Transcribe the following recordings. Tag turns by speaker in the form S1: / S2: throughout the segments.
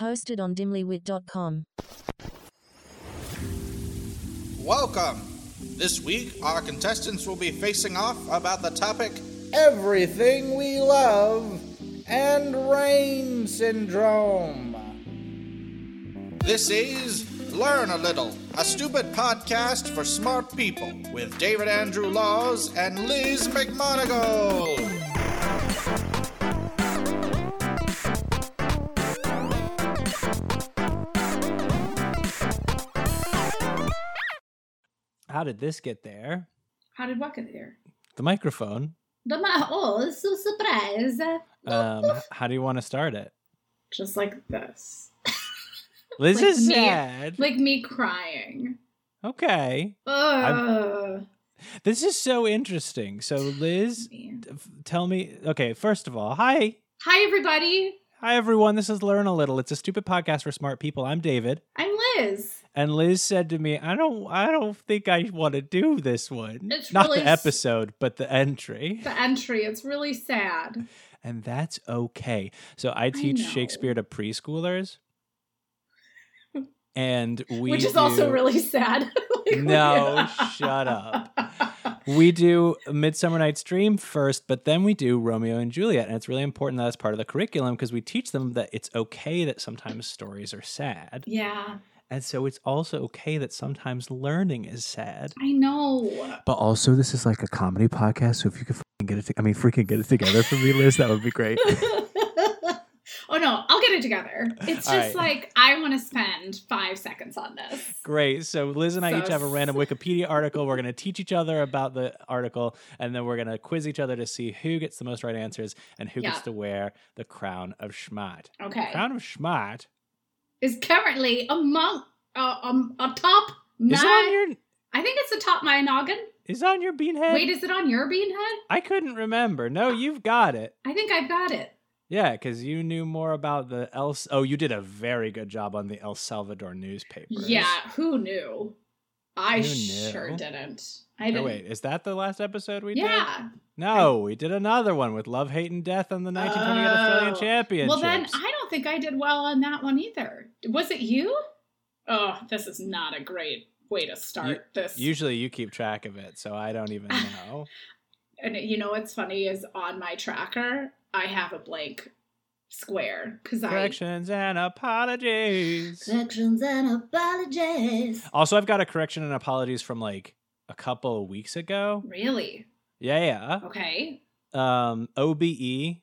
S1: Hosted on dimlywit.com.
S2: Welcome! This week, our contestants will be facing off about the topic
S3: everything we love, and rain syndrome.
S2: This is Learn a Little, a stupid podcast for smart people with David Andrew Laws and Liz McMonagle.
S4: How did this get there?
S5: How did what get there?
S4: The microphone.
S5: The ma- oh, it's a surprise.
S4: Um, h- how do you want to start it?
S5: Just like this.
S4: Liz
S5: Like
S4: is
S5: me.
S4: sad.
S5: Like me crying.
S4: Okay.
S5: Ugh.
S4: This is so interesting. So, Liz,
S5: Man.
S4: f- tell me. Okay, first of all, hi.
S5: Hi, everybody.
S4: Hi, everyone. This is Learn a Little. It's a stupid podcast for smart people. I'm David.
S5: I'm Liz.
S4: And Liz said to me, I don't I don't think I want to do this one.
S5: It's
S4: Not
S5: really
S4: the
S5: s-
S4: episode, but the entry.
S5: The entry. It's really sad.
S4: And that's okay. So I teach
S5: know.
S4: Shakespeare to preschoolers. And we
S5: which is also
S4: do-
S5: really sad. Like,
S4: No,
S5: we-
S4: shut up. We do Midsummer Night's Dream first, but then we do Romeo and Juliet. And it's really important that that's part of the curriculum because we teach them that it's okay that sometimes stories are sad.
S5: yeah,
S4: And so it's also okay that sometimes learning is sad.
S5: I know.
S4: But also, this is like a comedy podcast. So if you could f***ing get it, to- I mean, freaking get it together for me, Liz, that would be great.
S5: oh no, I'll get it together. It's
S4: All
S5: just
S4: right.
S5: like I want to spend five seconds on this.
S4: Great. So Liz and I
S5: So
S4: each have a random Wikipedia article. We're going to teach each other about the article, and then we're going to quiz each other to see who gets the most right answers and who
S5: Yeah.
S4: gets to wear the crown of schmat.
S5: Okay.
S4: Crown of schmat
S5: is currently among uh, um, atop my.
S4: is on your
S5: I think it's atop my noggin.
S4: is on your beanhead.
S5: Wait, uh, is it on your bean head?
S4: I couldn't remember. No, you've got it.
S5: I think I've got it.
S4: Yeah, because you knew more about the El. Oh, you did a very good job on the El Salvador newspaper.
S5: Yeah, who knew? I
S4: Who
S5: sure
S4: knew?
S5: didn't. I didn't.
S4: Oh, wait, is that the last episode we did?
S5: yeah.
S4: No, we did another one with Love, Hate, and Death on the 1928 Australian
S5: Oh.
S4: Championships.
S5: Well, then I don't think I did well on that one either. Was it you? Oh, this is not a great way to start this.
S4: Usually you keep track of it, so I don't even know.
S5: and you know what's funny is on my tracker, I have a blank square because I
S4: Corrections and apologies.
S5: corrections and apologies.
S4: Also, I've got a correction and apologies from like a couple of weeks ago.
S5: Really?
S4: Yeah,
S5: Okay.
S4: yeah. Um, OBE.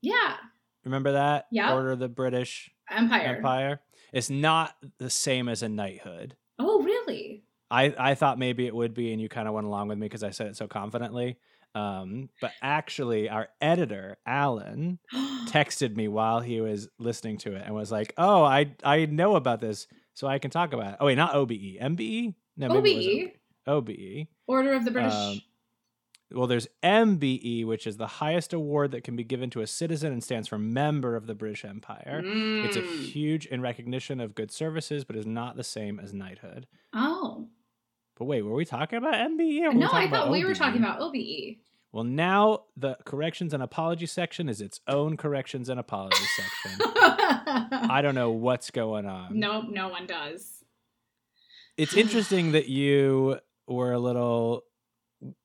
S5: Yeah.
S4: Remember that?
S5: Yeah.
S4: Order of the British
S5: Empire.
S4: Empire. It's not the same as a knighthood.
S5: Oh, really?
S4: I, I thought maybe it would be, and you kind of went along with me because I said it so confidently. Um, but actually, our editor, Alan, texted me while he was listening to it and was like, "Oh, I I know about this, so I can talk about it." Oh wait, not OBE, MBE. E? No, maybe it was
S5: OBE,
S4: OBE.
S5: Order of the British.
S4: Um, E. Well, there's MBE, which is the highest award that can be given to a citizen and stands for member of the British Empire. It's a
S5: Mm.
S4: huge in recognition of good services, but is not the same as knighthood.
S5: oh
S4: But wait, were we talking about MBE? Or were we
S5: no!
S4: talking
S5: I thought
S4: about
S5: we were
S4: OBE?
S5: talking about OBE.
S4: Well, now the corrections and apologies section is its own corrections and apologies section. I don't know what's going on.
S5: no, no one does.
S4: it's interesting that you were a little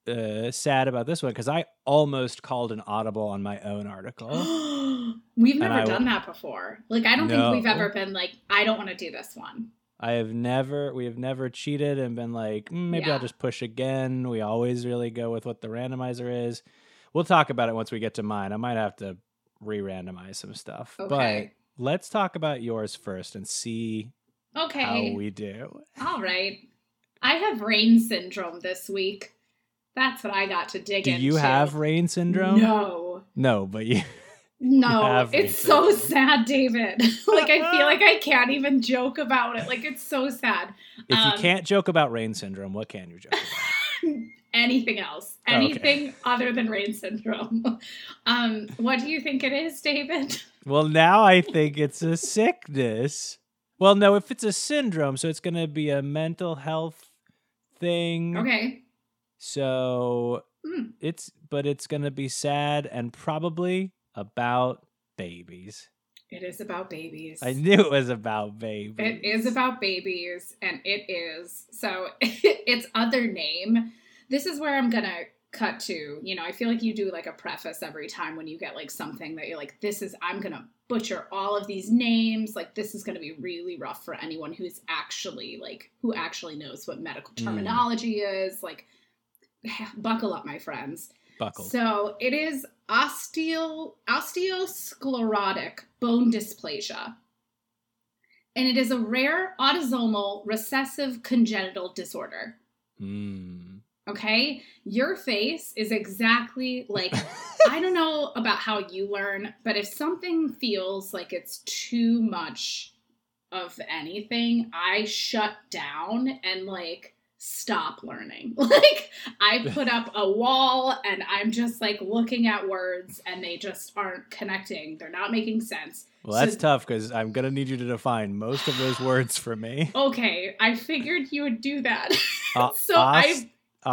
S4: uh, sad about this one because I almost called an audible on my own article.
S5: we've
S4: Oh. And
S5: never
S4: I-
S5: done that before. Like, I don't
S4: No.
S5: think we've ever been like, I don't want to do this one.
S4: I have never, we have never cheated and been like, "Mm, maybe
S5: Yeah.
S4: I'll just push again. We always really go with what the randomizer is. We'll talk about it once we get to mine. I might have to re-randomize some stuff,
S5: Okay.
S4: but let's talk about yours first and see
S5: Okay.
S4: how we do.
S5: All right. I have rain syndrome this week. That's what I got to dig
S4: Do
S5: into.
S4: you have rain syndrome?
S5: No.
S4: No, but you.
S5: No,
S4: Everything.
S5: it's so sad, David. like I feel like I can't even joke about it. Like it's so sad.
S4: If
S5: Um,
S4: you can't joke about rain syndrome, what can you joke about?
S5: Anything else?
S4: Oh, okay.
S5: Anything other than rain syndrome? um, what do you think it is, David?
S4: well, now I think it's a sickness. Well, no, if it's a syndrome, so it's going to be a mental health thing.
S5: Okay.
S4: So
S5: Hmm.
S4: it's, but it's going to be sad and probably about babies.
S5: It is about babies.
S4: I knew it was about babies.
S5: It is about babies, and it is. So its other name. This is where I'm gonna cut to. You know, I feel like you do like a preface every time when you get like something that you're like, this is I'm gonna butcher all of these names. Like this is gonna be really rough for anyone who's actually like who actually knows what medical
S4: Mm.
S5: terminology is. Like buckle up, my friends.
S4: buckled.
S5: So it is osteo osteosclerotic bone dysplasia. And it is a rare autosomal recessive congenital disorder.
S4: Mm.
S5: Okay? Your face is exactly like I don't know about how you learn, but if something feels like it's too much of anything, I shut down and like stop learning. Like I put up a wall and I'm just like looking at words and they just aren't connecting. They're not making sense.
S4: Well, that's
S5: So-
S4: tough because I'm going to need you to define most of those words for me.
S5: Okay, I figured you would do that.
S4: Uh,
S5: so I
S4: os-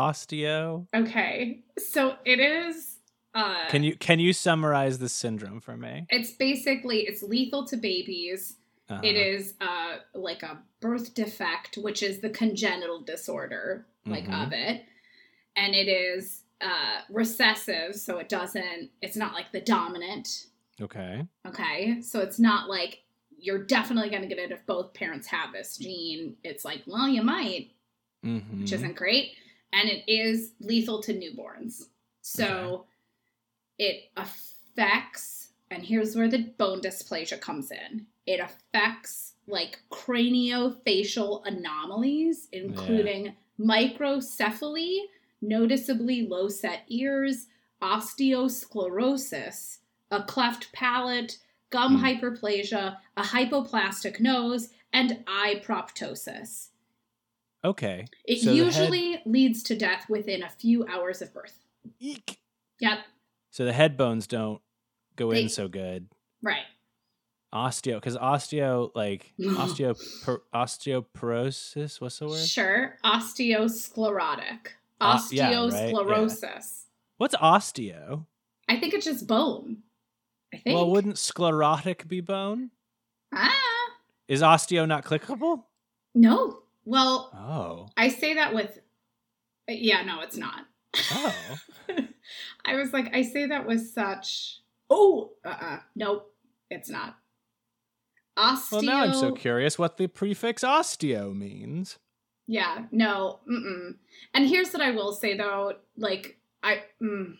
S4: osteo.
S5: okay. So it is uh
S4: Can you can you summarize the syndrome for me?
S5: it's basically it's lethal to babies.
S4: Uh-huh.
S5: It is uh, like a birth defect, which is the congenital disorder, like
S4: Mhm.
S5: of it, and it is uh, recessive, so it doesn't. It's not like the dominant.
S4: Okay.
S5: Okay, so it's not like you're definitely going to get it if both parents have this gene. It's like, well, you might,
S4: Mm-hmm.
S5: which isn't great, and it is lethal to newborns. So it affects, and here's where the bone dysplasia comes in. It affects like craniofacial anomalies, including microcephaly, noticeably low set ears, osteosclerosis, a cleft palate, gum
S4: Mm.
S5: hyperplasia, a hypoplastic nose, and eye proptosis.
S4: okay.
S5: It
S4: So the head-
S5: usually leads to death within a few hours of birth.
S4: Eek.
S5: Yep,
S4: So the head bones don't go
S5: They-
S4: in so good.
S5: right.
S4: Osteo, because osteo, like osteo, osteoporosis. What's the word?
S5: Sure. Osteosclerotic.
S4: Uh, yeah, right, yeah.
S5: Osteosclerosis.
S4: What's osteo?
S5: I think it's just bone. I think.
S4: Well, wouldn't sclerotic be bone?
S5: Ah,
S4: Is osteo not clickable?
S5: no. Well,
S4: Oh.
S5: I say that with. Yeah, no, it's not.
S4: Oh.
S5: I was like, I say that with such. Oh, uh uh Nope, it's not. Osteo.
S4: Well, now I'm so curious what the prefix osteo means.
S5: Yeah, no, mm-mm. And here's what I will say though, like I, mm,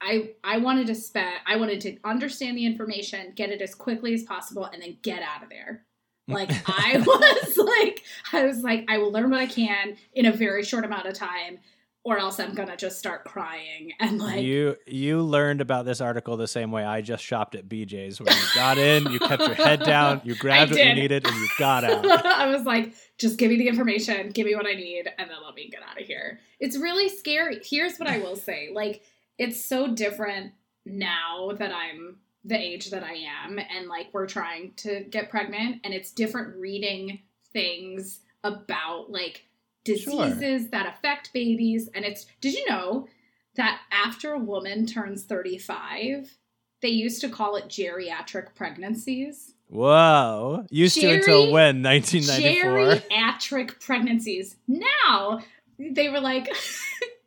S5: I, I wanted to spend, I wanted to understand the information, get it as quickly as possible, and then get out of there. Like I was like, I was like, I will learn what I can in a very short amount of time, or else I'm gonna just start crying and like,
S4: you you learned about this article the same way I just shopped at BJ's, where you got in, you kept your head down, you grabbed what you
S5: did.
S4: needed, and you got out.
S5: I was like, just give me the information, give me what I need, and then let me get out of here. It's really scary. Here's what I will say like, it's so different now that I'm the age that I am, and like, we're trying to get pregnant, and it's different reading things about like diseases that affect babies. And it's, did you know that after a woman turns 35, they used to call it geriatric pregnancies?
S4: Whoa! Used to until
S5: Jerry-
S4: when? 1994.
S5: Geriatric pregnancies. Now they were like,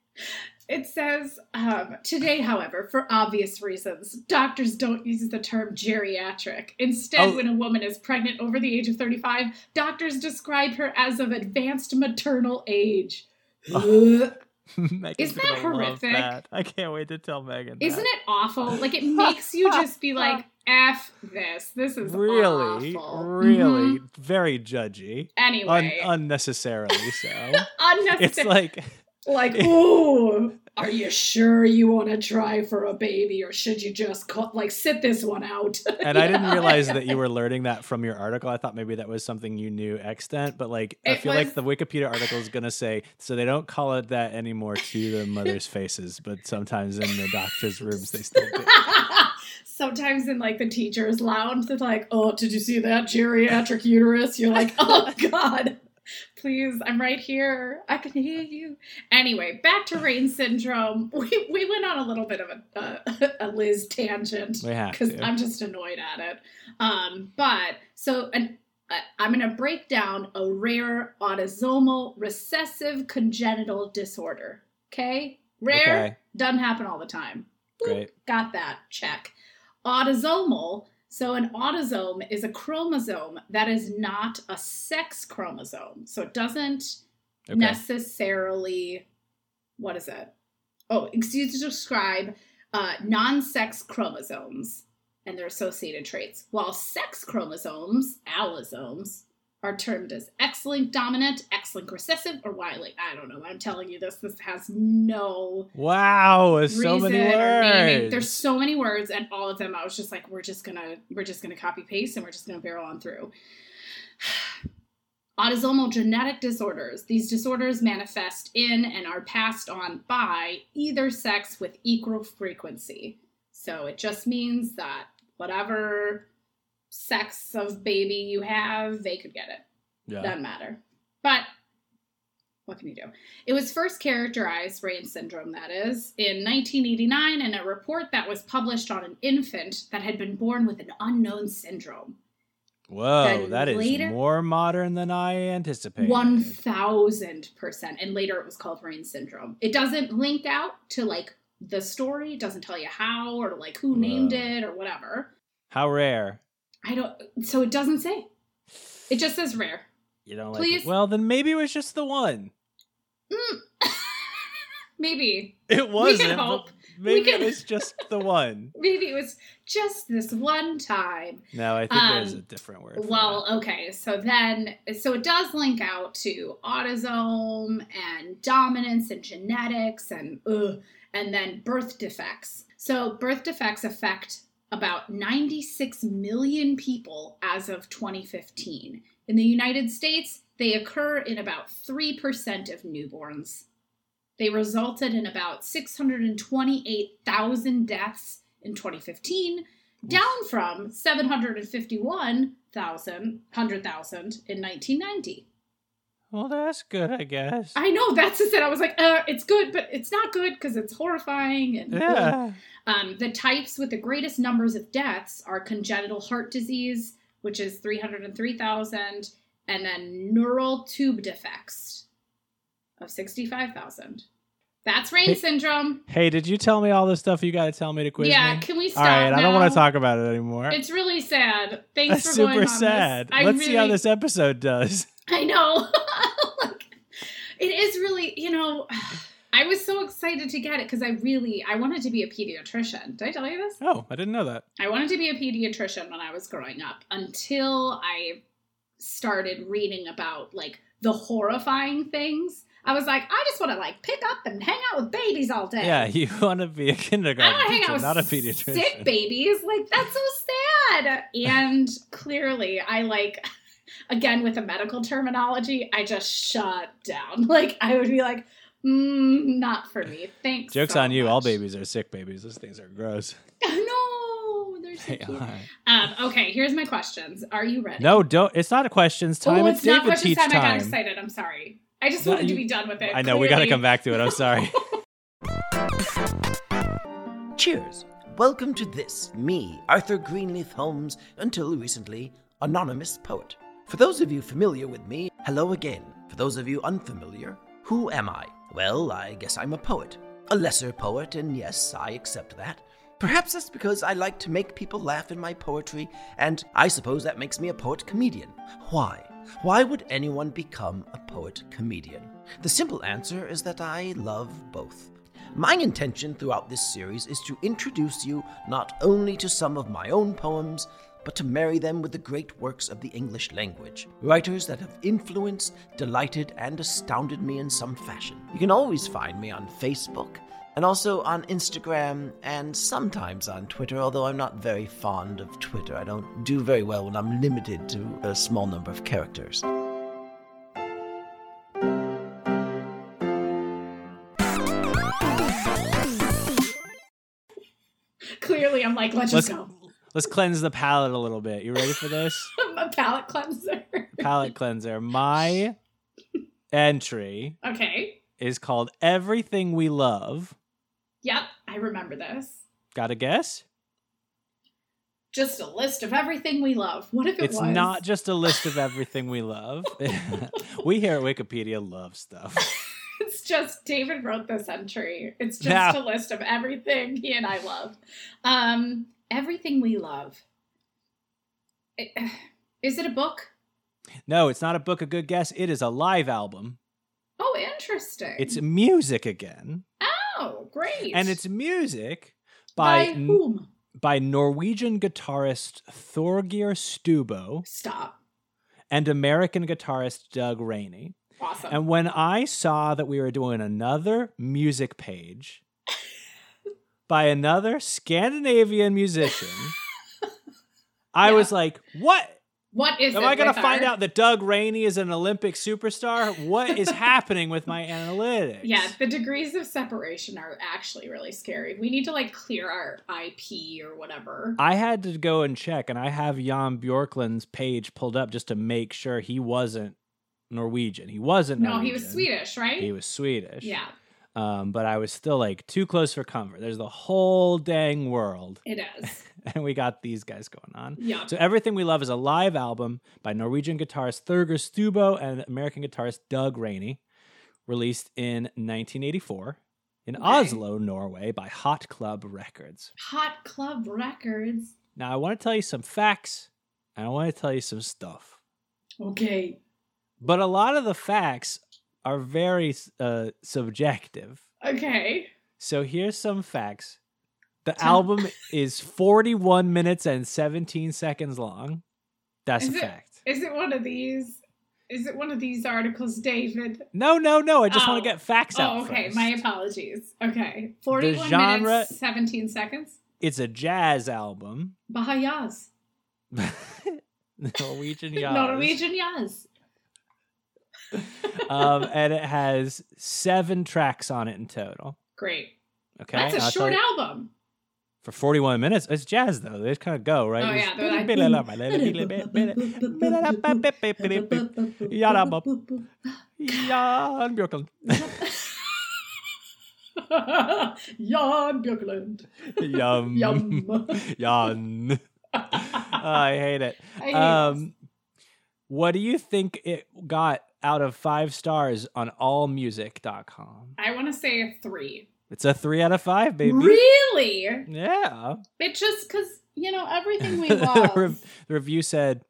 S5: it says um, today, however, for obvious reasons, doctors don't use the term geriatric. Instead,
S4: Oh.
S5: when a woman is pregnant over the age of 35, doctors describe her as of advanced maternal age. Ugh.
S4: Megan's
S5: Isn't that
S4: gonna love
S5: horrific?
S4: that. I can't wait to tell Megan. that.
S5: Isn't it awful? Like, it makes you just be like, F this. This is
S4: really,
S5: awful.
S4: really
S5: Mhm.
S4: very judgy, Un-
S5: Anyway,
S4: unnecessarily so?
S5: unnecessary.
S4: it's like
S5: Like, ooh, are you sure you want to try for a baby, or should you just cut, like sit this one out?
S4: And
S5: You
S4: I didn't
S5: know?
S4: realize that you were learning that from your article. I thought maybe that was something you knew extant, but like I
S5: It
S4: feel
S5: was-
S4: like the Wikipedia article is gonna say so they don't call it that anymore to the mothers' faces, but sometimes in the doctors' rooms they still do.
S5: Sometimes in like the teacher's lounge, they're like, "Oh, did you see that geriatric uterus?" You're like, "Oh God, please, I'm right here. I can hear you." Anyway, back to rain syndrome. We we went on a little bit of a a, a Liz tangent
S4: We have
S5: because
S4: to.
S5: I'm just annoyed at it. Um, but so an, uh, I'm going to break down a rare autosomal recessive congenital disorder. Okay, rare
S4: Okay.
S5: doesn't happen all the time.
S4: Great.
S5: Got that. Check. Autosomal. So, an autosome is a chromosome that is not a sex chromosome. So, it doesn't
S4: Okay.
S5: necessarily, what is it? Oh, excuse to describe uh, non sex chromosomes and their associated traits, while sex chromosomes, allosomes, are termed as X linked dominant, X linked recessive, or Y linked. I don't know why I'm telling you this. This has no
S4: Wow, there's so
S5: reason
S4: many
S5: or naming.
S4: words.
S5: There's so many words, and all of them, I was just like, we're just gonna, we're just gonna copy paste, and we're just gonna barrel on through. Autosomal genetic disorders. These disorders manifest in and are passed on by either sex with equal frequency. So it just means that whatever sex of baby you have, they could get it.
S4: yeah.
S5: Doesn't matter. But what can you do? It was first characterized, Rain syndrome that is, in 1989 in a report that was published on an infant that had been born with an unknown syndrome.
S4: Whoa,
S5: then
S4: that is
S5: later-
S4: more modern than I anticipated.
S5: 1000%. And later it was called Rain syndrome. It doesn't link out to like the story, it doesn't tell you how or like who named
S4: Whoa.
S5: it or whatever.
S4: How rare.
S5: I don't, so it doesn't say. It just says rare.
S4: You don't like
S5: Please.
S4: it. Well, then maybe it was just the one.
S5: Mm. Maybe.
S4: It wasn't. but
S5: hope. We
S4: Maybe
S5: can-
S4: it was just the one.
S5: Maybe it was just this one time.
S4: No, I think there's
S5: Um,
S4: a different word. for
S5: Well,
S4: that.
S5: okay, so then, so it does link out to autosome and dominance and genetics and ugh, and then birth defects. So birth defects affect about 96 million people as of 2015. In the United States, they occur in about 3% of newborns. They resulted in about 628,000 deaths in 2015 down from 751,000 100,000 in 1990.
S4: well, that's good, I guess.
S5: I know that's just it. I was like, uh, it's good, but it's not good because it's horrifying. And
S4: yeah.
S5: um, the types with the greatest numbers of deaths are congenital heart disease, which is 303,000, and then neural tube defects of 65,000. That's rain
S4: Hey-
S5: syndrome.
S4: Hey, did you tell me all the stuff you got to tell me to quiz
S5: yeah,
S4: me?
S5: can we stop?
S4: all right, I don't want
S5: now?
S4: to talk about it anymore.
S5: It's really sad. Thanks
S4: that's
S5: for
S4: super
S5: going on this.
S4: sad.
S5: I
S4: Let's see how
S5: really-
S4: this episode does.
S5: I know. like, it is really, you know, I was so excited to get it because I really, I wanted to be a pediatrician. Did I tell you this?
S4: Oh, I didn't know that.
S5: I wanted to be a pediatrician when I was growing up until I started reading about like the horrifying things. I was like, I just want to like pick up and hang out with babies all day.
S4: Yeah, you want to be a
S5: I
S4: kindergarten
S5: don't hang
S4: teacher,
S5: out with
S4: not a
S5: sick
S4: pediatrician.
S5: babies. Like that's so sad. And clearly, I like again with the medical terminology, I just shut down. Like I would be like, mm, not for me. Thanks.
S4: Jokes
S5: so
S4: on you. All
S5: much."
S4: babies are sick babies. Those things are gross.
S5: No, they're so
S4: They
S5: cute.
S4: are.
S5: Um, okay, here's my questions. Are you ready?
S4: No, don't. It's not a questions time.
S5: oh,
S4: it's,
S5: it's not
S4: David
S5: questions
S4: teach
S5: time.
S4: time.
S5: I got excited. I'm sorry. I just
S4: No,
S5: wanted to
S4: you-
S5: be done with it.
S4: I know we got to
S5: Clearly-
S4: come back to it. I'm sorry.
S6: Cheers. Welcome to this, me, Arthur Greenleaf Holmes, until recently, anonymous poet. For those of you familiar with me, hello again. For those of you unfamiliar, who am I? Well, I guess I'm a poet. A lesser poet, and yes, I accept that. Perhaps that's because I like to make people laugh in my poetry, and I suppose that makes me a poet comedian. Why? Why would anyone become a poet comedian? The simple answer is that I love both. My intention throughout this series is to introduce you not only to some of my own poems, but to marry them with the great works of the English language. Writers that have influenced, delighted, and astounded me in some fashion. You can always find me on Facebook, and also on Instagram, and sometimes on Twitter, although I'm not very fond of Twitter. I don't do very well when I'm limited to a small number of characters.
S5: Clearly, I'm like, let's,
S4: Let's
S5: just go.
S4: let's cleanse the palate a little bit. You ready for this?
S5: a palate cleanser.
S4: palate cleanser. My entry
S5: okay.
S4: is called Everything We Love.
S5: Yep, I remember this.
S4: Got a guess?
S5: Just a list of everything we love. What if it
S4: it's
S5: was?
S4: not just a list of everything we love. we here at Wikipedia love stuff.
S5: It's just David wrote this entry. It's just
S4: Yeah.
S5: a list of everything he and I love. Um, everything we love. I- Is it a book?
S4: No, it's not a book, a good guess. It is a live album.
S5: Oh, interesting.
S4: It's music again.
S5: oh, great.
S4: And it's music
S5: by,
S4: by
S5: whom?
S4: by Norwegian guitarist Thorgeir Stubo
S5: Stop.
S4: and American guitarist Doug Rainey.
S5: Awesome.
S4: And when I saw that we were doing another music page by another Scandinavian musician, I
S5: Yeah.
S4: was like, what?
S5: what is?
S4: Am
S5: it
S4: I going
S5: with
S4: to find
S5: our-
S4: out that Doug Rainey is an Olympic superstar? What is happening with my analytics?
S5: Yeah, the degrees of separation are actually really scary. We need to like clear our IP or whatever.
S4: I had to go and check, and I have Jan Bjorklund's page pulled up just to make sure he wasn't Norwegian. He wasn't.
S5: no, he was
S4: Norwegian.
S5: Swedish, right?
S4: He was Swedish.
S5: Yeah,
S4: Um, but I was still like too close for comfort. There's the whole dang world,
S5: it is.
S4: and we got these guys going on.
S5: Yeah.
S4: So everything we love is a live album by Norwegian guitarist Thurger Stubo and American guitarist Doug Rainey, released in 1984 in
S5: Okay.
S4: Oslo, Norway, by Hot Club Records.
S5: Hot Club Records.
S4: Now I want to tell you some facts and I want to tell you some stuff.
S5: Okay.
S4: But a lot of the facts are very uh, subjective.
S5: Okay.
S4: So here's some facts. The
S5: Tell-
S4: album is 41 minutes and 17 seconds long. That's
S5: Is
S4: a
S5: it-
S4: fact.
S5: Is it one of these? Is it one of these articles, David?
S4: No, no, no. I just
S5: Oh.
S4: want to get facts out.
S5: Oh, okay.
S4: first.
S5: My apologies. Okay. 41
S4: genre-
S5: minutes, 17 seconds.
S4: it's a jazz album.
S5: Bahayaz.
S4: Norwegian jazz.
S5: Norwegian Yaz.
S4: Um, and it has seven tracks on it in total.
S5: Great.
S4: Okay.
S5: That's a
S4: I'll tell
S5: short
S4: you-
S5: album.
S4: for 41 minutes. It's jazz though. They just kind of go right.
S5: Oh,
S4: It's-
S5: yeah, they're like-
S4: Jan Björklund.
S5: Jan Björklund.
S4: Yum.
S5: Yum.
S4: Jan. I hate it.
S5: I hate
S4: Um, what do you think it got out of five stars on allmusic.com?
S5: I want to say a three.
S4: It's a three out of five, baby.
S5: Really?
S4: Yeah.
S5: It just because, you know, everything we
S4: the, re-
S5: love.
S4: the review said,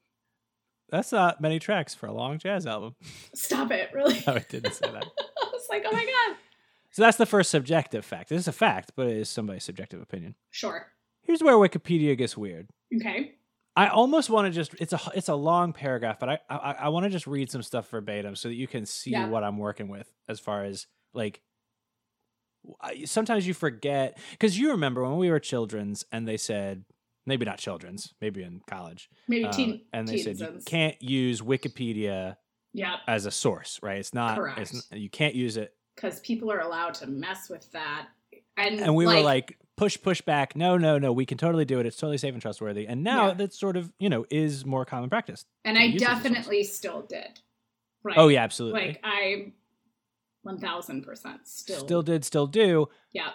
S4: that's not many tracks for a long jazz album.
S5: Stop it, really.
S4: No, it didn't say that.
S5: I was like, oh my God.
S4: So that's the first subjective fact. This is a fact, but it is somebody's subjective opinion.
S5: Sure.
S4: Here's where Wikipedia gets weird.
S5: Okay.
S4: I almost want to just it's a it's a long paragraph, but I I, I want to just read some stuff verbatim so that you can see
S5: Yeah.
S4: what I'm working with as far as like I- sometimes you forget because you remember when we were children's and they said maybe not children's maybe in college
S5: Maybe
S4: um,
S5: teen.
S4: and they said you
S5: teensins.
S4: can't use wikipedia
S5: Yeah.
S4: as a source right it's not
S5: Correct.
S4: it's, n- you can't use it
S5: Because people are allowed to mess with that. And,
S4: and we were like push push back no no no we can totally do it it's totally safe and trustworthy and now
S5: Yeah.
S4: that sort of you know is more common practice
S5: and
S4: to
S5: I
S4: use these resources.
S5: definitely still did. Right.
S4: oh yeah absolutely
S5: Like, I'm 1000% still.
S4: still did still do
S5: Yeah.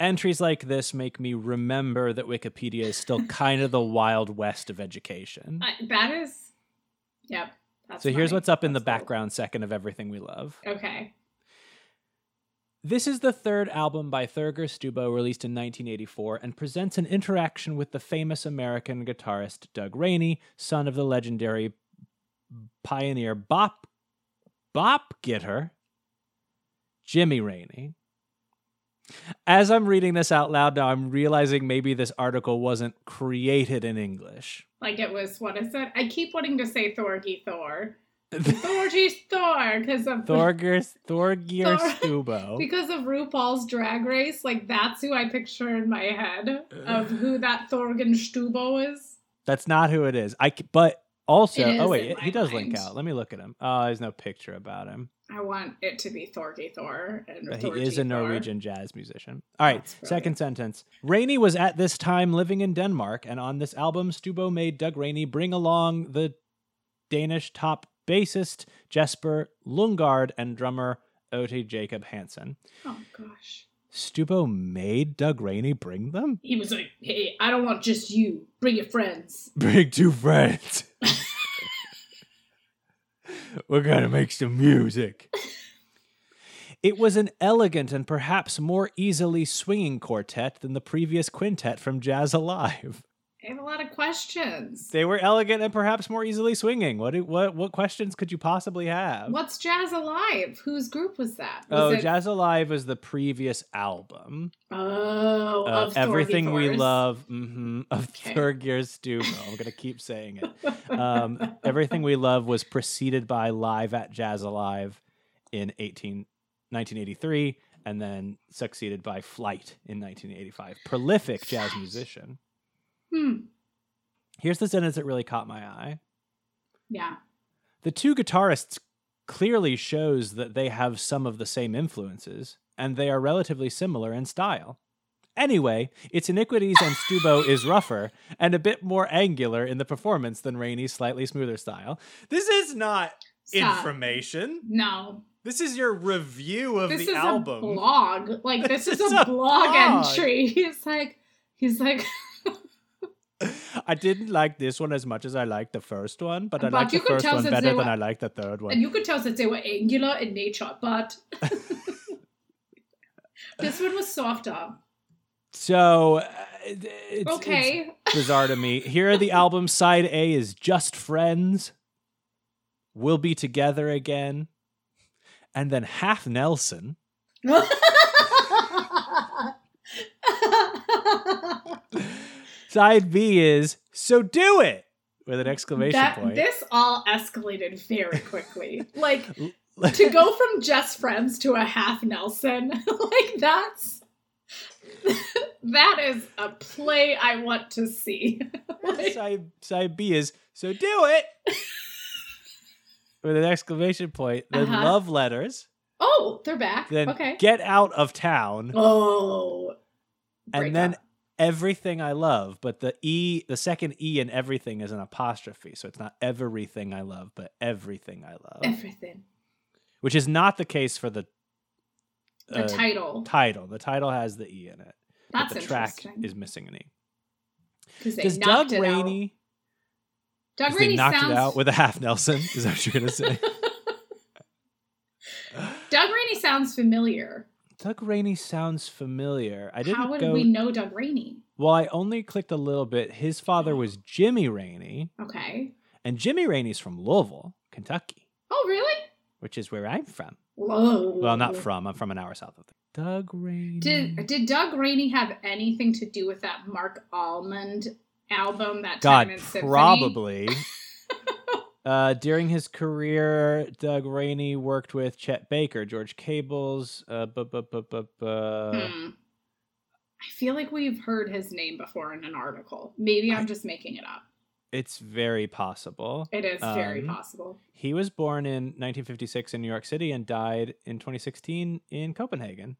S4: entries like this make me remember that wikipedia is still kind of the wild west of education
S5: I, that is. Yep. That's
S4: so here's
S5: funny.
S4: what's up in the
S5: That's cool.
S4: background second of everything we love
S5: Okay.
S4: This is the third album by Thurger Stubo released in 1984 and presents an interaction with the famous American guitarist Doug Rainey, son of the legendary pioneer Bop Bop Gitter Jimmy Rainey. As I'm reading this out loud now, I'm realizing maybe this article wasn't created in English.
S5: Like it was what is it? I keep wanting to say Thorgy Thor. Thorgy Thor because of
S4: Thorgir Thorgir
S5: Thor-
S4: Stubo.
S5: because of RuPaul's drag race. Like that's who I picture in my head of who that Thorgan Stubo is.
S4: That's not who it is. I c- but also
S5: It
S4: oh
S5: is
S4: wait,
S5: in
S4: it-
S5: my
S4: he does link
S5: mind.
S4: out. Let me look at him. Oh, there's no picture about him.
S5: I want it to be Thorgy Thor and
S4: But he
S5: Thorgy
S4: is a
S5: Thor.
S4: Norwegian jazz musician. All right,
S5: That's brilliant.
S4: second sentence. Rainey was at this time living in Denmark, and on this album, Stubo made Doug Rainey bring along the Danish top bassist Jesper Lungard and drummer Ote Jacob Hansen.
S5: Oh gosh.
S4: Stubo made Doug Rainey bring them?
S5: He was like, "Hey, I don't want just you. Bring your friends."
S4: Bring two friends. We're going to make some music. It was an elegant and perhaps more easily swinging quartet than the previous quintet from Jazz Alive.
S5: I have a lot of questions.
S4: They were elegant and perhaps more easily swinging. What do- what what questions could you possibly have?
S5: What's Jazz Alive? Whose group was that?
S4: oh,
S5: Was it-
S4: Jazz Alive was the previous album.
S5: Oh,
S4: Uh,
S5: of Thorgy
S4: everything we
S5: Thors.
S4: love mhm, of
S5: Okay.
S4: Thurgir Stubo. I'm gonna keep saying it. um, everything we love was preceded by live at jazz alive in 18, 1983 and then succeeded by flight in 1985 prolific jazz musician
S5: Hmm.
S4: here's the sentence that really caught my eye
S5: Yeah.
S4: the two guitarists clearly shows that they have some of the same influences and they are relatively similar in style Anyway, its iniquities and Stubo is rougher and a bit more angular in the performance than Rainey's slightly smoother style. This is not
S5: Stop.
S4: information.
S5: No.
S4: This is your review of
S5: This
S4: the
S5: is
S4: album.
S5: a blog. Like this, is, a, blog, entry. He's like he's like
S4: I didn't like this one as much as I liked the first one, but I
S5: But
S4: like the
S5: you could
S4: first
S5: tell
S4: one
S5: since
S4: better
S5: they
S4: than
S5: were-
S4: I like the third one.
S5: and you could tell that they were angular in nature, but this one was softer.
S4: so uh, it- it's, it's
S5: Okay.
S4: bizarre to me. Here are the albums. Side A is Just Friends, We'll Be Together Again, and then Half Nelson. Side B is so do it with an exclamation
S5: that
S4: point.
S5: this all escalated very quickly. like to go from just friends to a half Nelson, like that's that is a play I want to see. like,
S4: side, side B is so do it with an exclamation point. Then
S5: Uh-huh.
S4: love letters.
S5: oh, they're back.
S4: Then
S5: okay.
S4: get out of town,
S5: oh. break
S4: and then
S5: up.
S4: everything I love. But the E, the second E in everything is an apostrophe, so it's not everything I love, but everything I love,
S5: everything.
S4: which is not the case for the
S5: The
S4: uh,
S5: title.
S4: title. The title has the E in it.
S5: That's
S4: but the track
S5: interesting.
S4: is missing an E.
S5: 'Cause they
S4: Does
S5: knocked
S4: Doug
S5: it out.
S4: Rainey?
S5: Doug
S4: 'Cause
S5: Rainey
S4: they knocked
S5: sounds.
S4: it out with a half Nelson. Is that what you're gonna say?
S5: Doug Rainey sounds familiar.
S4: Doug Rainey sounds familiar. I didn't
S5: How would
S4: go.
S5: we know Doug Rainey?
S4: Well, I only clicked a little bit. His father was Jimmy Rainey,
S5: Okay.
S4: and Jimmy Rainey's from Louisville, Kentucky,
S5: Oh, really?
S4: which is where I'm from.
S5: Whoa.
S4: Well, not from. I'm from an hour south of there. Doug Rainey.
S5: Did Did Doug Rainey have anything to do with that Mark Almond album? That
S4: God,
S5: time in Symphony?
S4: probably. uh, during his career, Doug Rainey worked with Chet Baker, George Cables. Uh, bu- bu- bu- bu- bu-
S5: Hmm. I feel like we've heard his name before in an article. Maybe I'm just making it up.
S4: It's very possible.
S5: It is very
S4: Um,
S5: possible.
S4: He was born in 1956 in New York City and died in 2016 in Copenhagen.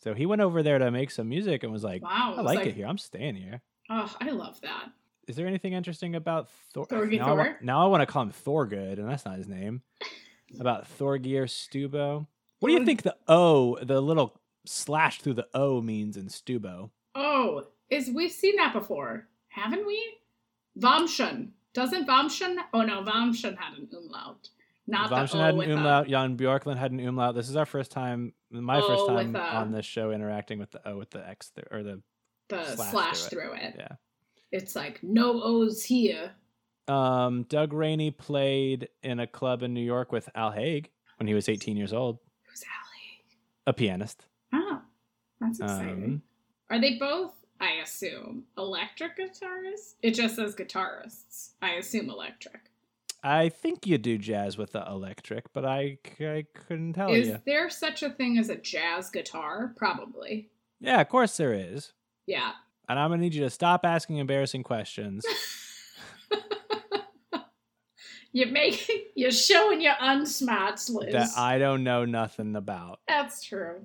S4: So he went over there to make some music and was like,
S5: Wow.
S4: I
S5: was
S4: like it here. I'm staying here.
S5: Oh, I love that.
S4: Is there anything interesting about Thor?
S5: Thorgy
S4: now, I want,
S5: Thor?
S4: now I want to call him Thorgood, and that's not his name. About Thorgir Stubo. What do you
S5: Thorg-
S4: think the O, the little slash through the O means in Stubo?
S5: Oh, is we've seen that before, haven't we? Vamshan. Doesn't Vamshan? Oh no, Vamshan had an umlaut. Not the
S4: Vamshin
S5: O
S4: had
S5: with
S4: an
S5: a-
S4: umlaut. Jan Bjorklund had an umlaut. This is our first time, my first
S5: O with uh,
S4: time
S5: a-
S4: on this show interacting with the O with the X th- or the
S5: the
S4: slash
S5: slash,
S4: through
S5: through, it.
S4: yeah.
S5: It's like no O's here.
S4: Um, Doug Rainey played in a club in New York with Al Haig when he was 18 years old,
S5: Who's Allie?
S4: a pianist.
S5: Oh, That's exciting.
S4: Um,
S5: Are they both, I assume, electric guitarists? It just says guitarists. I assume electric.
S4: I think you do jazz with the electric, but I, c- I couldn't tell
S5: Is
S4: you.
S5: there such a thing as a jazz guitar? Probably.
S4: Yeah, of course there is.
S5: Yeah.
S4: And I'm gonna need you to stop asking embarrassing questions.
S5: You're making, you're showing your unsmarts, Liz.
S4: that I don't know nothing about.
S5: That's true.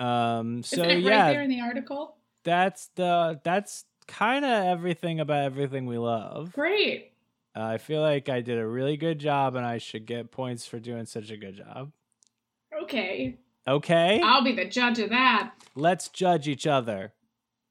S4: Um, so
S5: Isn't it
S4: yeah,
S5: right there in the article?
S4: that's the that's kind of everything about everything we love.
S5: Great.
S4: Uh, I feel like I did a really good job, and I should get points for doing such a good job.
S5: Okay.
S4: Okay,
S5: I'll be the judge of that.
S4: let's judge each other.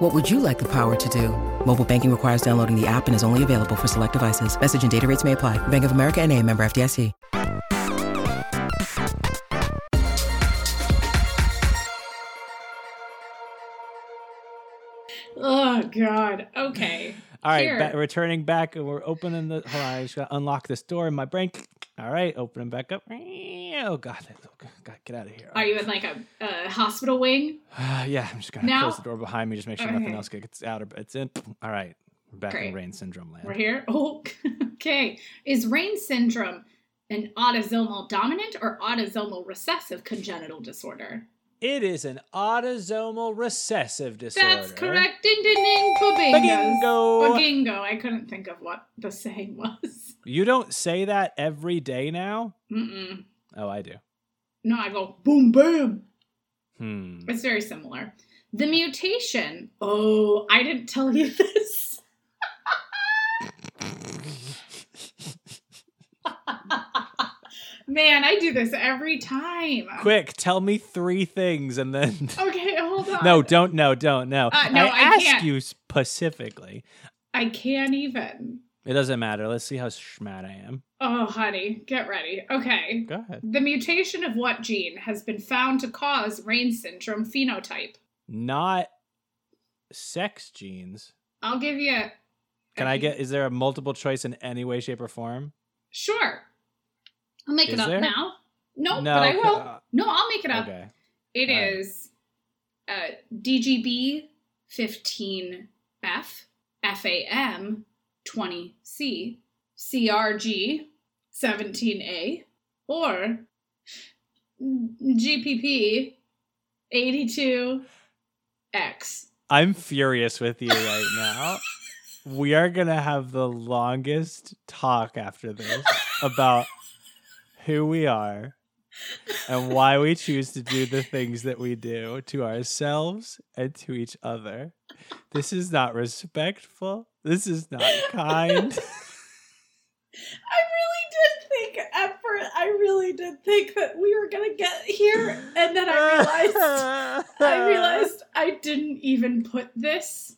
S7: What would you like the power to do? Mobile banking requires downloading the app and is only available for select devices. Message and data rates may apply. Bank of America and a member FDIC.
S5: oh, God. Okay.
S4: All right,
S5: Here.
S4: ba- returning back, and we're opening the. Hold on, I just gotta unlock this door in my brain. All right, opening back up. Oh God, that- oh, God, get out of here.
S5: Are you in like a, a hospital wing?
S4: yeah, I'm just gonna
S5: Now-
S4: close the door behind me. Just make sure nothing
S5: Okay.
S4: else gets out. Or it's in. All right, we're back
S5: Great.
S4: in rain syndrome land.
S5: We're here. Oh, okay. Is Rain syndrome an autosomal dominant or autosomal recessive congenital disorder?
S4: It is an autosomal recessive disorder.
S5: That's correct. Ding, ding, ding. Babingas.
S4: Bingo.
S5: Bagingo. I couldn't think of what the saying was.
S4: You don't say that every day now.
S5: Mm-mm.
S4: Oh, I do.
S5: No, I go boom, boom.
S4: Hmm.
S5: It's very similar. The mutation. Oh, I didn't tell you this. Man, I do this every time.
S4: Quick, tell me three things, and then.
S5: Okay, hold on.
S4: No, don't. No, don't. No.
S5: Oh, Uh, no, I
S4: ask
S5: can't.
S4: you specifically.
S5: I can't even.
S4: It doesn't matter. Let's see how schmat I am.
S5: Oh, honey, get ready. Okay.
S4: Go ahead.
S5: The mutation of what gene has been found to cause Rain syndrome phenotype?
S4: Not sex genes.
S5: I'll give you. a-
S4: Can I get? Is there a multiple choice in any way, shape, or form?
S5: Sure. I'll make
S4: Is
S5: it up
S4: there?
S5: now. No,
S4: No,
S5: but I
S4: c-
S5: will.
S4: uh,
S5: No, I'll make it up.
S4: Okay.
S5: It
S4: All right.
S5: is uh, DGB 15F, FAM 20C, CRG 17A, or GPP 82X.
S4: I'm furious with you right now. we are gonna have the longest talk after this about who we are and why we choose to do the things that we do to ourselves and to each other. This is not respectful. This is not kind.
S5: I really did think at first, I really did think that we were going to get here, and then I realized I didn't even put this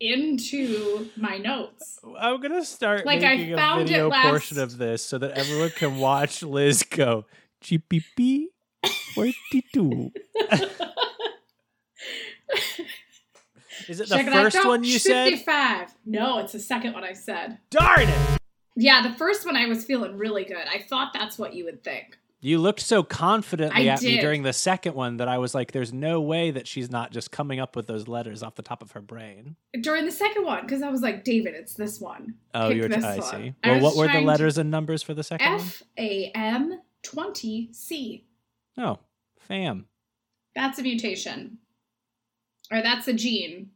S5: into my notes.
S4: I'm gonna start
S5: Like, I
S4: making a
S5: found it
S4: video portion
S5: last-
S4: of this so that everyone can watch Liz go GPP forty two. Is it the
S5: Check it out,
S4: first
S5: dog.
S4: one you said?
S5: 55. No, it's the second one I said.
S4: Darn it!
S5: Yeah, the first one I was feeling really good. I thought that's what you would think.
S4: You looked so confidently
S5: I
S4: at me
S5: did.
S4: during the second one that I was like, "There's no way that she's not just coming up with those letters off the top of her brain."
S5: During the second one, because I was like, David, it's this one.
S4: Oh,
S5: Pick
S4: you were.
S5: this
S4: I
S5: one.
S4: see.
S5: I
S4: Well,
S5: was
S4: what were the
S5: trying to-
S4: letters and numbers for the second
S5: F A M 20C.
S4: one? Oh, fam.
S5: That's a mutation. Or that's a gene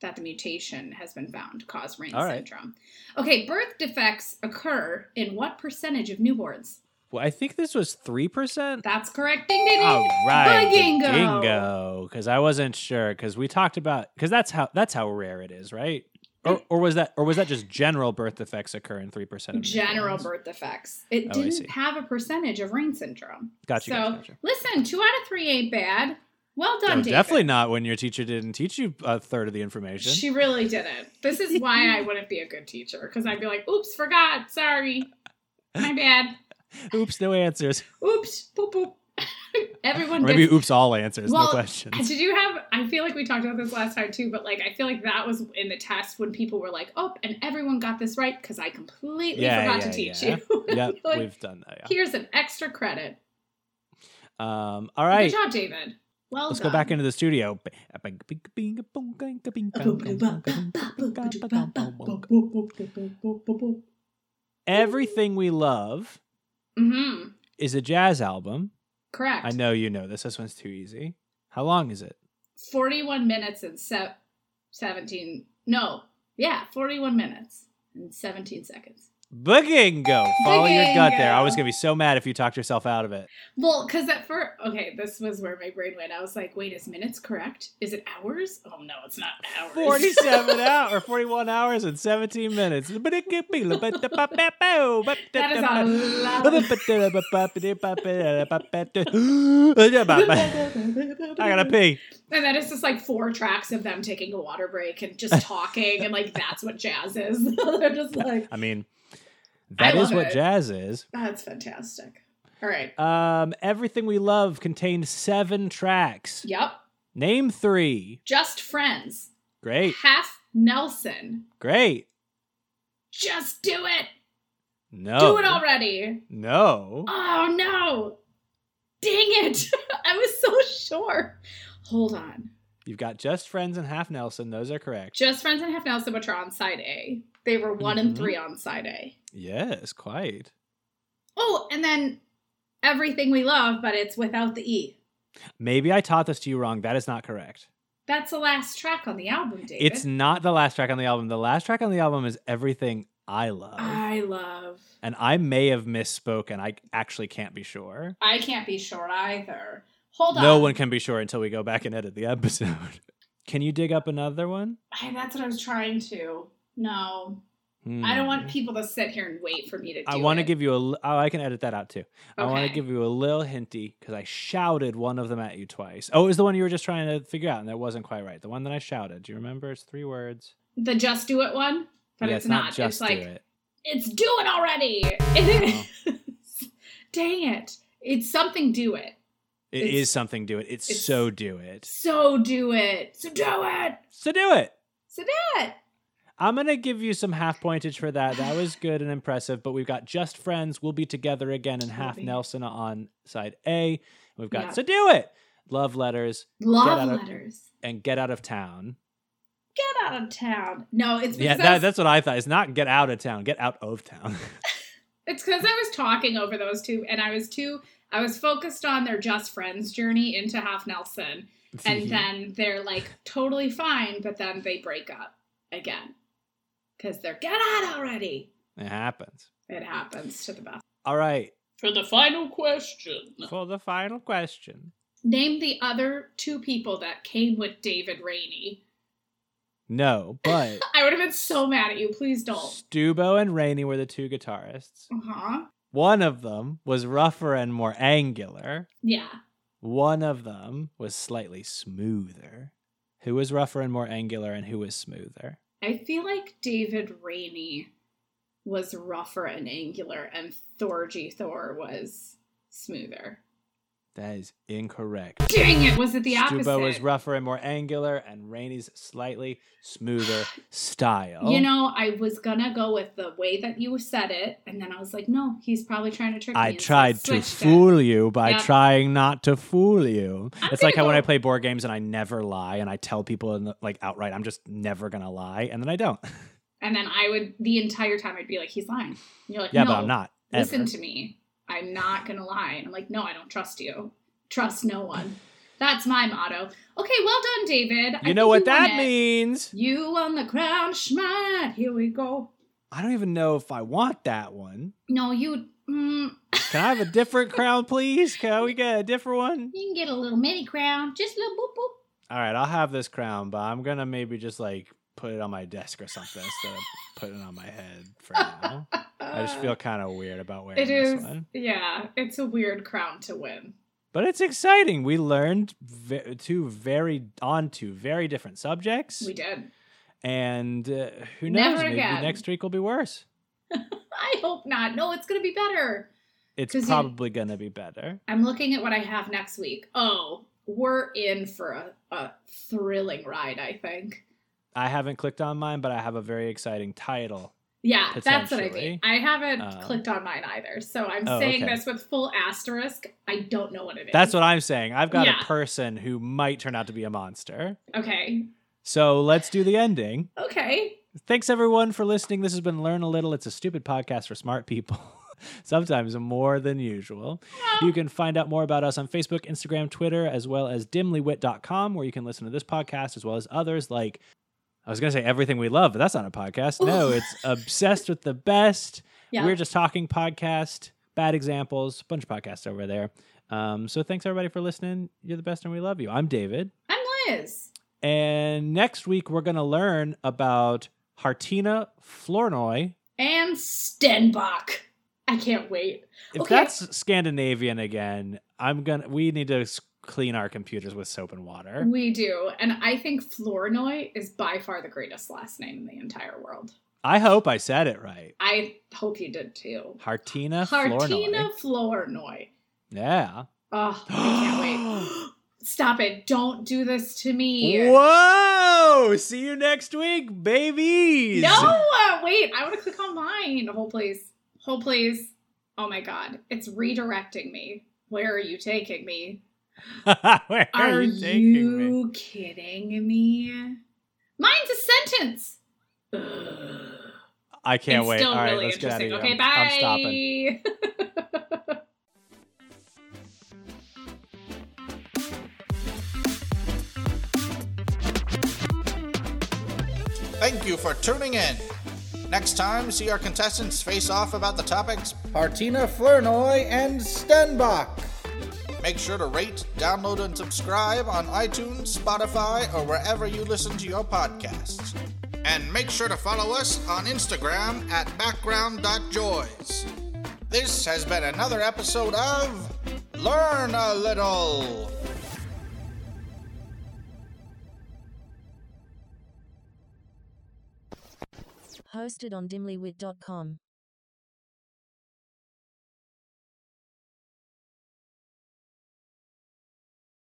S5: that the mutation has been found to cause Rain
S4: All right.
S5: syndrome. Okay, birth defects occur in what percentage of newborns?
S4: Well, I think this was three percent.
S5: That's correct. Ding, ding, ding.
S4: All right,
S5: Bingo.
S4: because I wasn't sure because we talked about because that's how that's how rare it is, right? Or, or was that or was that just general birth defects occur in three percent?
S5: general birth defects. It
S4: Oh, I see.
S5: didn't have a percentage of Rain syndrome.
S4: Gotcha,
S5: So
S4: gotcha, gotcha.
S5: listen, two out of three ain't bad. Well
S4: Oh,
S5: done, David.
S4: definitely not when your teacher didn't teach you a third of the information.
S5: She really didn't. This is why I wouldn't be a good teacher because I'd be like, "Oops, forgot. Sorry, my bad.
S4: oops, no answers.
S5: Oops, boop boop." Everyone
S4: Or maybe
S5: gets
S4: oops, all answers, no questions.
S5: Did you have? I feel like we talked about this last time too, but like I feel like that was in the test when people were like, "Oh," and everyone got this right because I completely
S4: Yeah,
S5: forgot
S4: yeah,
S5: to teach
S4: yeah.
S5: you.
S4: Yep,
S5: Like,
S4: we've done that. Yeah.
S5: Here's an extra credit.
S4: Um, all right,
S5: Good job, David. Well
S4: let's
S5: done.
S4: go back into the studio.
S5: Mm-hmm.
S4: Everything we love is a jazz album.
S5: Mm-hmm. Correct.
S4: I know you know this. This one's too easy. How long is it?
S5: 41 minutes and se- 17. No. Yeah, 41 minutes and 17 seconds.
S4: Boogingo. Follow your gut there. I
S5: Boogingo.
S4: was gonna be so mad if you talked yourself out of it.
S5: Well, because at first, okay, this was where my brain went. I was like, wait, is minutes correct? Is it hours? Oh, no, it's not hours.
S4: Forty-seven hours or forty-one hours and seventeen minutes.
S5: that is a lot.
S4: I gotta pee.
S5: And then it's just like four tracks of them taking a water break and just talking, and like that's what jazz is. They're just like,
S4: I mean, that
S5: I
S4: is
S5: love
S4: what
S5: it.
S4: jazz is.
S5: that's fantastic. All right.
S4: Um, everything we love contains seven tracks.
S5: Yep.
S4: Name three.
S5: Just friends.
S4: Great,
S5: Half Nelson.
S4: great.
S5: Just do it.
S4: No,
S5: Do it already.
S4: No,
S5: Oh no. Dang it. I was so sure. Hold on.
S4: you've got just friends and half Nelson. Those are correct.
S5: Just friends and half Nelson, which are on side A. They were one
S4: Mhm.
S5: and three on side A.
S4: Yes, quite.
S5: Oh, and then everything we love, but it's without the E.
S4: Maybe I taught this to you wrong. That is not correct.
S5: That's the last track on the album, David.
S4: It's not the last track on the album. The last track on the album is Everything I Love.
S5: I love.
S4: and I may have misspoken. I actually can't be sure.
S5: I can't be sure either. Hold on.
S4: No one can be sure until we go back and edit the episode. Can you dig up another one?
S5: I, that's what I was trying to. No, I don't
S4: Hmm.
S5: want people to sit here and wait for me to. Do
S4: Mm. I want to
S5: it.
S4: give you a. l- Oh, I can edit that out too. I want to
S5: Okay.
S4: give you a little hinty because I shouted one of them at you twice. Oh, it was the one you were just trying to figure out, and that wasn't quite right. The one that I shouted. Do you remember? It's three words.
S5: the just do it one, but
S4: Yeah,
S5: it's, not.
S4: just
S5: it's like
S4: do it.
S5: it's do it already. It is. Dang it! It's something. Do it.
S4: It
S5: it's-
S4: is something. Do it. It's,
S5: it's-
S4: so do it.
S5: So do it. So do it.
S4: So do it.
S5: So do it.
S4: I'm gonna give you some half pointage for that. That was good and impressive. But we've got just friends. We'll be together again, and half
S5: be.
S4: Nelson on side A. We've got
S5: Yeah.
S4: so do it. Love letters
S5: Love
S4: out of-
S5: letters.
S4: and get out of town.
S5: Get out of town. No, it's because
S4: Yeah,
S5: I
S4: that,
S5: was-
S4: that's what I thought. It's not get out of town. Get out of town.
S5: It's because I was talking over those two, and I was too. I was focused on their just friends journey into Half Nelson, and then they're like totally fine, but then they break up again because they're get out already.
S4: It happens.
S5: It happens to the best.
S4: All right.
S5: For the final question,
S4: For the final question.
S5: name the other two people that came with David Rainey.
S4: No, but
S5: I would have been so mad at you. Please don't.
S4: Stubo and Rainey were the two guitarists.
S5: Uh huh.
S4: One of them was rougher and more angular.
S5: Yeah.
S4: One of them was slightly smoother. Who was rougher and more angular and who was smoother?
S5: I feel like David Rainey was rougher and angular, and Thorgy Thor was smoother.
S4: That is incorrect.
S5: Dang it! Was it the opposite?
S4: Stubo was rougher and more angular and Rainey's slightly smoother style.
S5: You know, I was gonna go with the way that you said it, and then I was like, no, he's probably trying to trick me.
S4: I
S5: and so
S4: tried to
S5: switched it.
S4: fool you by
S5: Yep.
S4: trying not to fool you.
S5: I'm
S4: it's like
S5: gonna
S4: how when
S5: go-
S4: I play board games and I never lie and I tell people in the, like outright I'm just never gonna lie and then I don't.
S5: And then I would the entire time I'd be like, he's lying. And you're like,
S4: yeah,
S5: no,
S4: but I'm not. Ever.
S5: Listen to me. I'm not gonna lie. And I'm like, no, I don't trust you. Trust no one. That's my motto. Okay, well done, David. I
S4: You
S5: think
S4: know what
S5: won
S4: that
S5: it.
S4: means?
S5: You on the crown, Schmidt. Here we go.
S4: I don't even know if I want that one.
S5: No, you. Mm,
S4: Can I have a different crown, please? Can we get a different one?
S5: you can get a little mini crown, just a little boop boop.
S4: All right, I'll have this crown, but I'm gonna maybe just like put it on my desk or something instead of putting it on my head for now. I just feel kind of weird about wearing
S5: It
S4: this
S5: is.
S4: one.
S5: Yeah, it's a weird crown to win.
S4: But it's exciting. We learned ve- two very on two very different subjects,
S5: We did.
S4: and uh, who knows?
S5: Never
S4: maybe
S5: again.
S4: next week will be worse.
S5: I hope not. No, it's going to be better.
S4: It's
S5: 'Cause you-
S4: probably gonna be better.
S5: I'm looking at what I have next week. Oh, we're in for a, a thrilling ride, I think.
S4: I haven't clicked on mine, but I have a very exciting title.
S5: Yeah, that's what I mean.
S4: Potentially.
S5: I haven't
S4: Uh,
S5: clicked on mine either. So I'm
S4: Oh,
S5: saying
S4: okay.
S5: this with full asterisk. I don't know what it is.
S4: That's what I'm saying. I've got
S5: Yeah.
S4: a person who might turn out to be a monster.
S5: Okay.
S4: So let's do the ending.
S5: Okay.
S4: Thanks everyone for listening. This has been Learn a Little. It's a stupid podcast for smart people. Sometimes more than usual. You can find out more about us on Facebook, Instagram, Twitter, as well as dimlywit.com, where you can listen to this podcast as well as others like I was gonna say everything we love, but that's not a podcast. No, it's obsessed with the best.
S5: Yeah.
S4: We're just talking podcast, bad examples, bunch of podcasts over there. Um, so thanks everybody for listening. You're the best and we love you. I'm David.
S5: I'm Liz.
S4: And next week we're going to learn about Hartina Flournoy.
S5: And Stenbach. I can't wait.
S4: If
S5: Okay.
S4: that's Scandinavian again, I'm going to we need to s- clean our computers with soap and water.
S5: We do. And I think Flournoy is by far the greatest last name in the entire world.
S4: I hope I said it right.
S5: I hope you did too.
S4: Hartina, Flournoy.
S5: Hartina Flournoy.
S4: Yeah.
S5: Oh, I can't wait. Stop it. Don't do this to me.
S4: Whoa! See you next week, babies.
S5: No, uh, wait. I want to click on mine. Hold please. Hold please. Oh my god. It's redirecting me. Where are you taking me?
S4: Where
S5: Are,
S4: are, you taking me?
S5: you kidding me? Mine's a sentence.
S4: I can't
S5: it's
S4: wait.
S5: still
S4: All right,
S5: really
S4: let's get out of
S5: interesting.
S4: here.
S5: Okay,
S4: I'm-
S5: bye.
S4: I'm stopping.
S2: Thank you for tuning in. Next time, see our contestants face off about the topics.
S3: Hartina Flournoy and Stenbach.
S2: Make sure to rate, download, and subscribe on iTunes, Spotify, or wherever you listen to your podcasts. And make sure to follow us on Instagram at background.joys. This has been another episode of Learn a Little.
S1: Hosted on dimlywit.com.